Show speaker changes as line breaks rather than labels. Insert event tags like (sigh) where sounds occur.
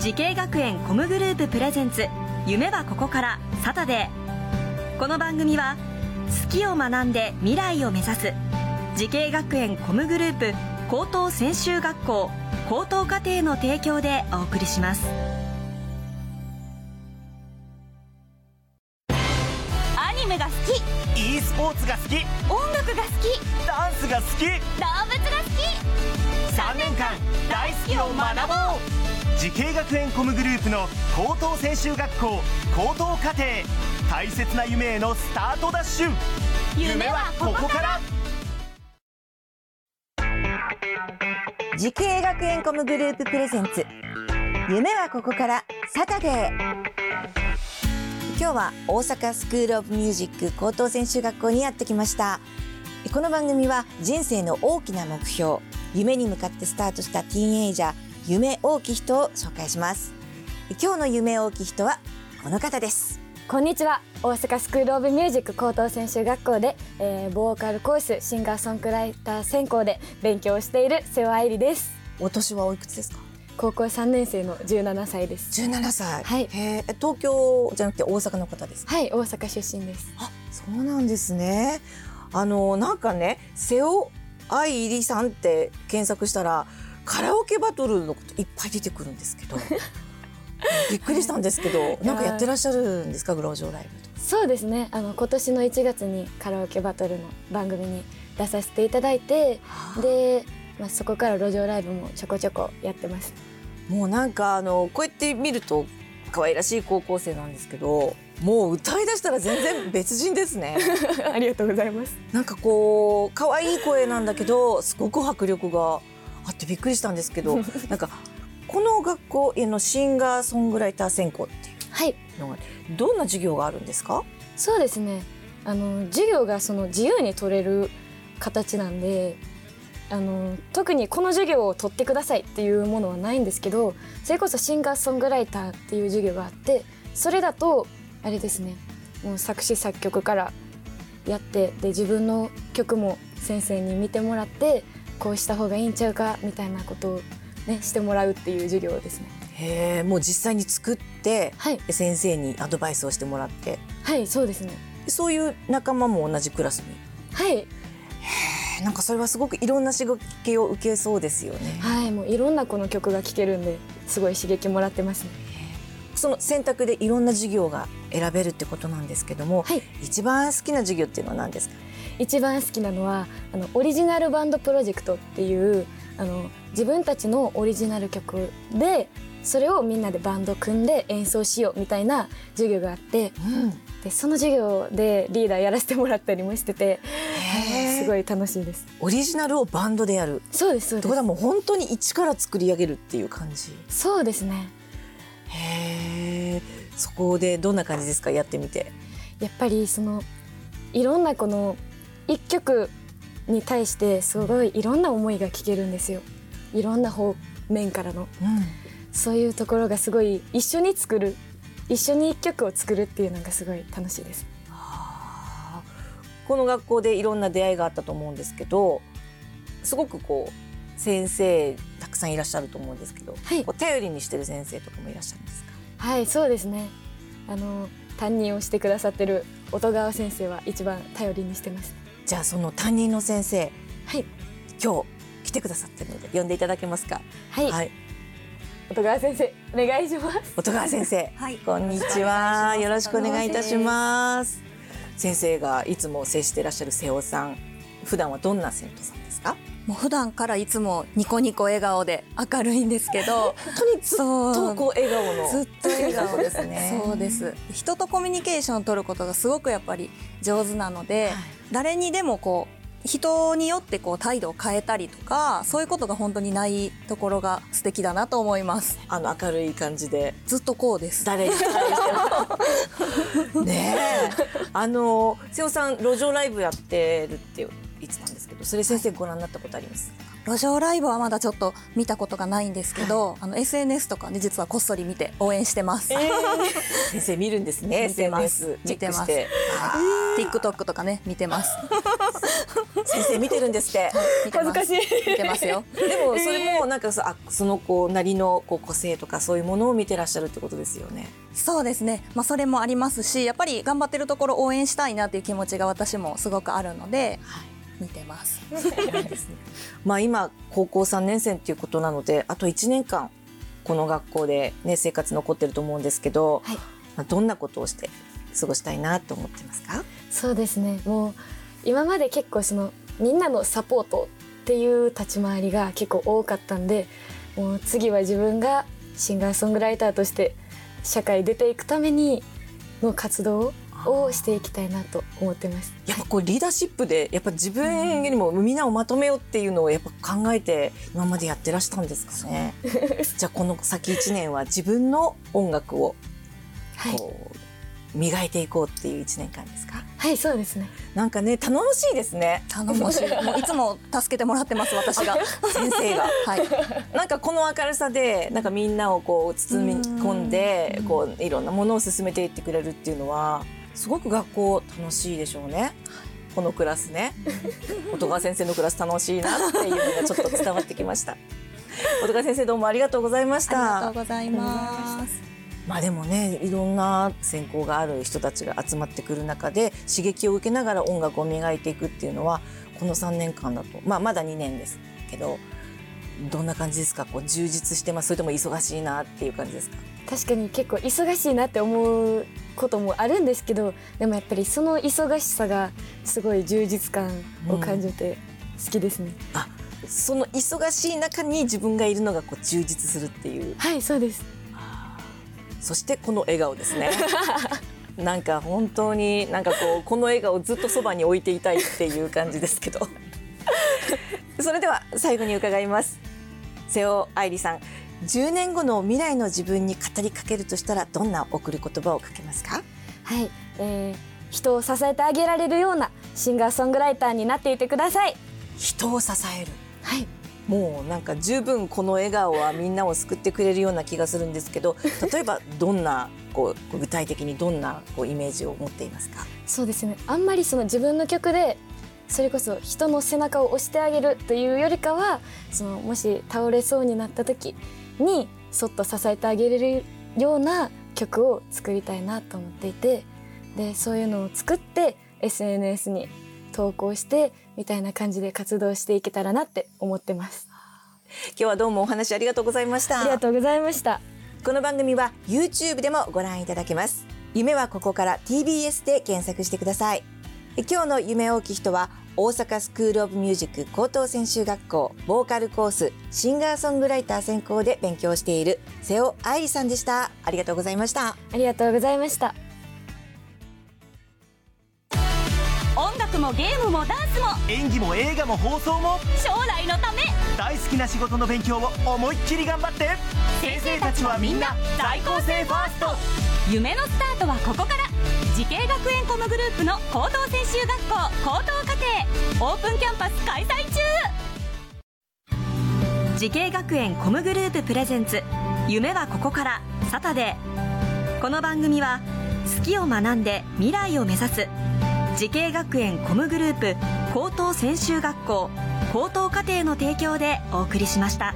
時系学園コムグループプレゼンツ夢はここからサタデーこの番組は好きを学んで未来を目指す時系学園コムグループ高等専修学校高等課程の提供でお送りします
アニメが好き
e スポーツが好き
音楽が好き
ダンスが好き
動物が好き
3年間大好きを学ぼう慈恵学園コムグループの高等専修学校高等課程大切な夢へのスタートダッシュ夢はここから
時系学園コムグループプレゼンツ夢はここからサタデー今日は大阪スクールオブミュージック高等専修学校にやってきましたこの番組は人生の大きな目標夢に向かってスタートしたティーンエイジャー夢大きい人を紹介します今日の夢大きい人はこの方です
こんにちは大阪スクールオブミュージック高等専修学校で、えーボーカルコースシンガーソングライター専攻で勉強している瀬尾愛理です
お年はおいくつですか
高校3年生の17歳です
17歳
はい
へーえ東京じゃなくて大阪の方ですか
はい大阪出身です
あ、そうなんですね。あのなんかね、瀬尾愛入りさんって検索したらカラオケバトルのこといっぱい出てくるんですけど、びっくりしたんですけど、なんかやってらっしゃるんですかグロージョライブとか。
そうですねあの今年の1月にカラオケバトルの番組に出させていただいてで、まあ、そこから路上ライブもちょこちょこやってます
もうなんかあのこうやって見ると可愛らしい高校生なんですけど、もう歌い出したら全然別人ですね。
(laughs) ありがとうございます
なんかこう可愛い声なんだけどすごく迫力があってびっくりしたんです (laughs) けどなんかこの学校へのシンガーソングライター専攻ってい
はいう
のがどんな授業があるんですか
そうですねあの授業がその自由に取れる形なんであの特にこの授業を取ってくださいっていうものはないんですけどそれこそシンガーソングライターっていう授業があってそれだとあれですねもう作詞作曲からやってで自分の曲も先生に見てもらってこうした方がいいんちゃうかみたいなことを、ね、してもらうっていう授業ですね。
へえもう実際に作って
はい、
先生にアドバイスをしてもらって
はい、そうですね。
そういう仲間も同じクラスに
はい、
えなんかそれはすごくいろんな仕掛けを受けそうですよね
はい、もういろんな子の曲が聴けるんですごい刺激もらってますね。
その選択でいろんな授業が選べるってことなんですけども、
はい、
一番好きな授業っていうのは何ですか
一番好きなのはあのオリジナルバンドプロジェクトっていうあの自分たちのオリジナル曲でそれをみんなでバンド組んで演奏しようみたいな授業があってでその授業でリーダーやらせてもらったりもしててすごい楽しいです。
オリジナルをバンドでやるっ
そうですそう
て
で
ことは
す
もう本当に一から作り上げるっていう感じ
そうですね
へえそこでどんな感じですかやってみて
やっぱりそのいろんなこの一曲に対してすごいいろんな思いが聞けるんですよいろんな方面からのそういうところがすごい一緒に作る一緒に一曲を作るっていうのがすごい楽しいです
はあこの学校でいろんな出会いがあったと思うんですけどすごくこう先生たくさんいらっしゃると思うんですけど、
はい
こう頼りにしてる先生とかもいらっしゃるんですか
はいそうですねあの担任をしてくださってる音川先生は一番頼りにしてます
じゃあその担任の先生
はい
今日来てくださってるので呼んでいただけますか
はい、
はい
音川先生お願いします
音川先生
はい
こんにちは。よろしくお願いいたします。先生がいつも接していらっしゃる瀬尾さん、普段はどんな生徒さんですか？
もう普段からいつもニコニコ笑顔で明るいんですけど
本当にずっ
そ
と
う
こう笑顔の
ずっと笑顔
そうですね
そうです人とコミュニケーションを取ることがすごくやっぱり上手なので、
はい
誰にでもこう人によってこう態度を変えたりとかそういうことが本当にないところが素敵だなと思います
あの明るい感じで
ずっとこうです
誰に対しても (laughs) ねえ。あの瀬尾さん路上ライブやってるって言ってたんですけど、それ先生ご覧になったことあります？
路上ライブはまだちょっと見たことがないんですけど、あの SNS とかね実はこっそり見て応援してます、
先生見るんですね。
見てます
SNS チェ
見
ッ
て
クし
ます
て。あー
TikTok とかね見てます
先生見てるんですって。
見てます
恥ずかしい
見てますよ
でもそれもなんかそ,、あその子なりのこう個性とかそういうものを見てらっしゃるってことですよね。
(laughs) そうですね、まあ、それもありますしやっぱり頑張ってるところ応援したいなという気持ちが私もすごくあるので、見てます
(laughs) まあ今高校3年生っていうことなのであと1年間この学校で、ね、生活残ってると思うんですけど、
はい
まあ、どんなことをして過ごしたいなと思ってますか
そうですねもう今まで結構そのみんなのサポートっていう立ち回りが結構多かったんでもう次は自分がシンガーソングライターとして社会に出ていくためにの活動をしていきたいなと思ってます。
やっぱこうリーダーシップでやっぱ自分よりもみんなをまとめようっていうのをやっぱ考えて今までやってらしたんですかね。じゃあこの先1年は自分の音楽を
はい、
こう磨いていこうっていう1年間ですか
はい、そうですね。
なんかね頼もしいですね
頼もしいもういつも助けてもらってます私 (laughs) が
先生が。
はい
なんかこの明るさでなんかみんなをこう包み込んでこういろんなものを進めていってくれるっていうのはすごく学校楽しいでしょうね。このクラスね音川先生のクラス楽しいなっていうのがちょっと伝わってきました音川先生どうもありがとうございまし
ありがと
た
うございます
まあでもねいろんな専攻がある人たちが集まってくる中で刺激を受けながら音楽を磨いていくっていうのはこの3年間だと、まあ、まだ2年ですけどどんな感じですかこう充実してますそれとも忙しいなっていう感じですか
確かに結構忙しいなって思うこともあるんですけどでもやっぱりその忙しさがすごい充実感を感じて好きですね、
その忙しい中に自分がいるのがこう充実するっていう
はいそうです
そしてこの笑顔です (laughs) ねなんか本当になんかこうこの笑顔をずっとそばに置いていたいっていう感じですけど (laughs) それでは最後に伺います瀬尾愛理さん10年後の未来の自分に語りかけるとしたらどんな送る言葉をかけますか
はい、えー、人を支えてあげられるようなシンガーソングライターになっていてください
人を支える
はい
もうなんか十分この笑顔はみんなを救ってくれるような気がするんですけ (laughs) ど例えばどんなこう具体的にどんなこうイメージを持っていますか
そうですねあんまりその自分の曲でそれこそ人の背中を押してあげるというよりかはそのもし倒れそうになった時にそっと支えてあげれるような曲を作りたいなと思っていてでそういうのを作って SNS に投稿してみたいな感じで活動していけたらなって思ってます
今日はどうもお話ありがとうございました
ありがとうございました
この番組は YouTube でもご覧いただけます夢はここから TBS で検索してくださいえ今日の夢大きい人は大阪スクールオブミュージック高等専修学校ボーカルコースシンガーソングライター専攻で勉強している瀬尾愛理さんでしたありがとうございました
ありがとうございました
音楽もゲームもダンスも
演技も映画も放送も
将来のため
大好きな仕事の勉強を思いっきり頑張って先生たちはみんな在校生ファースト
夢のスタートはここから慈恵学園コムグループの高等専修学校高等課程オープンキャンパス開催中慈恵学園コムグループプレゼンツ夢はここからサタデーこの番組は好きを学んで未来を目指す慈恵学園コムグループ高等専修学校高等課程の提供でお送りしました。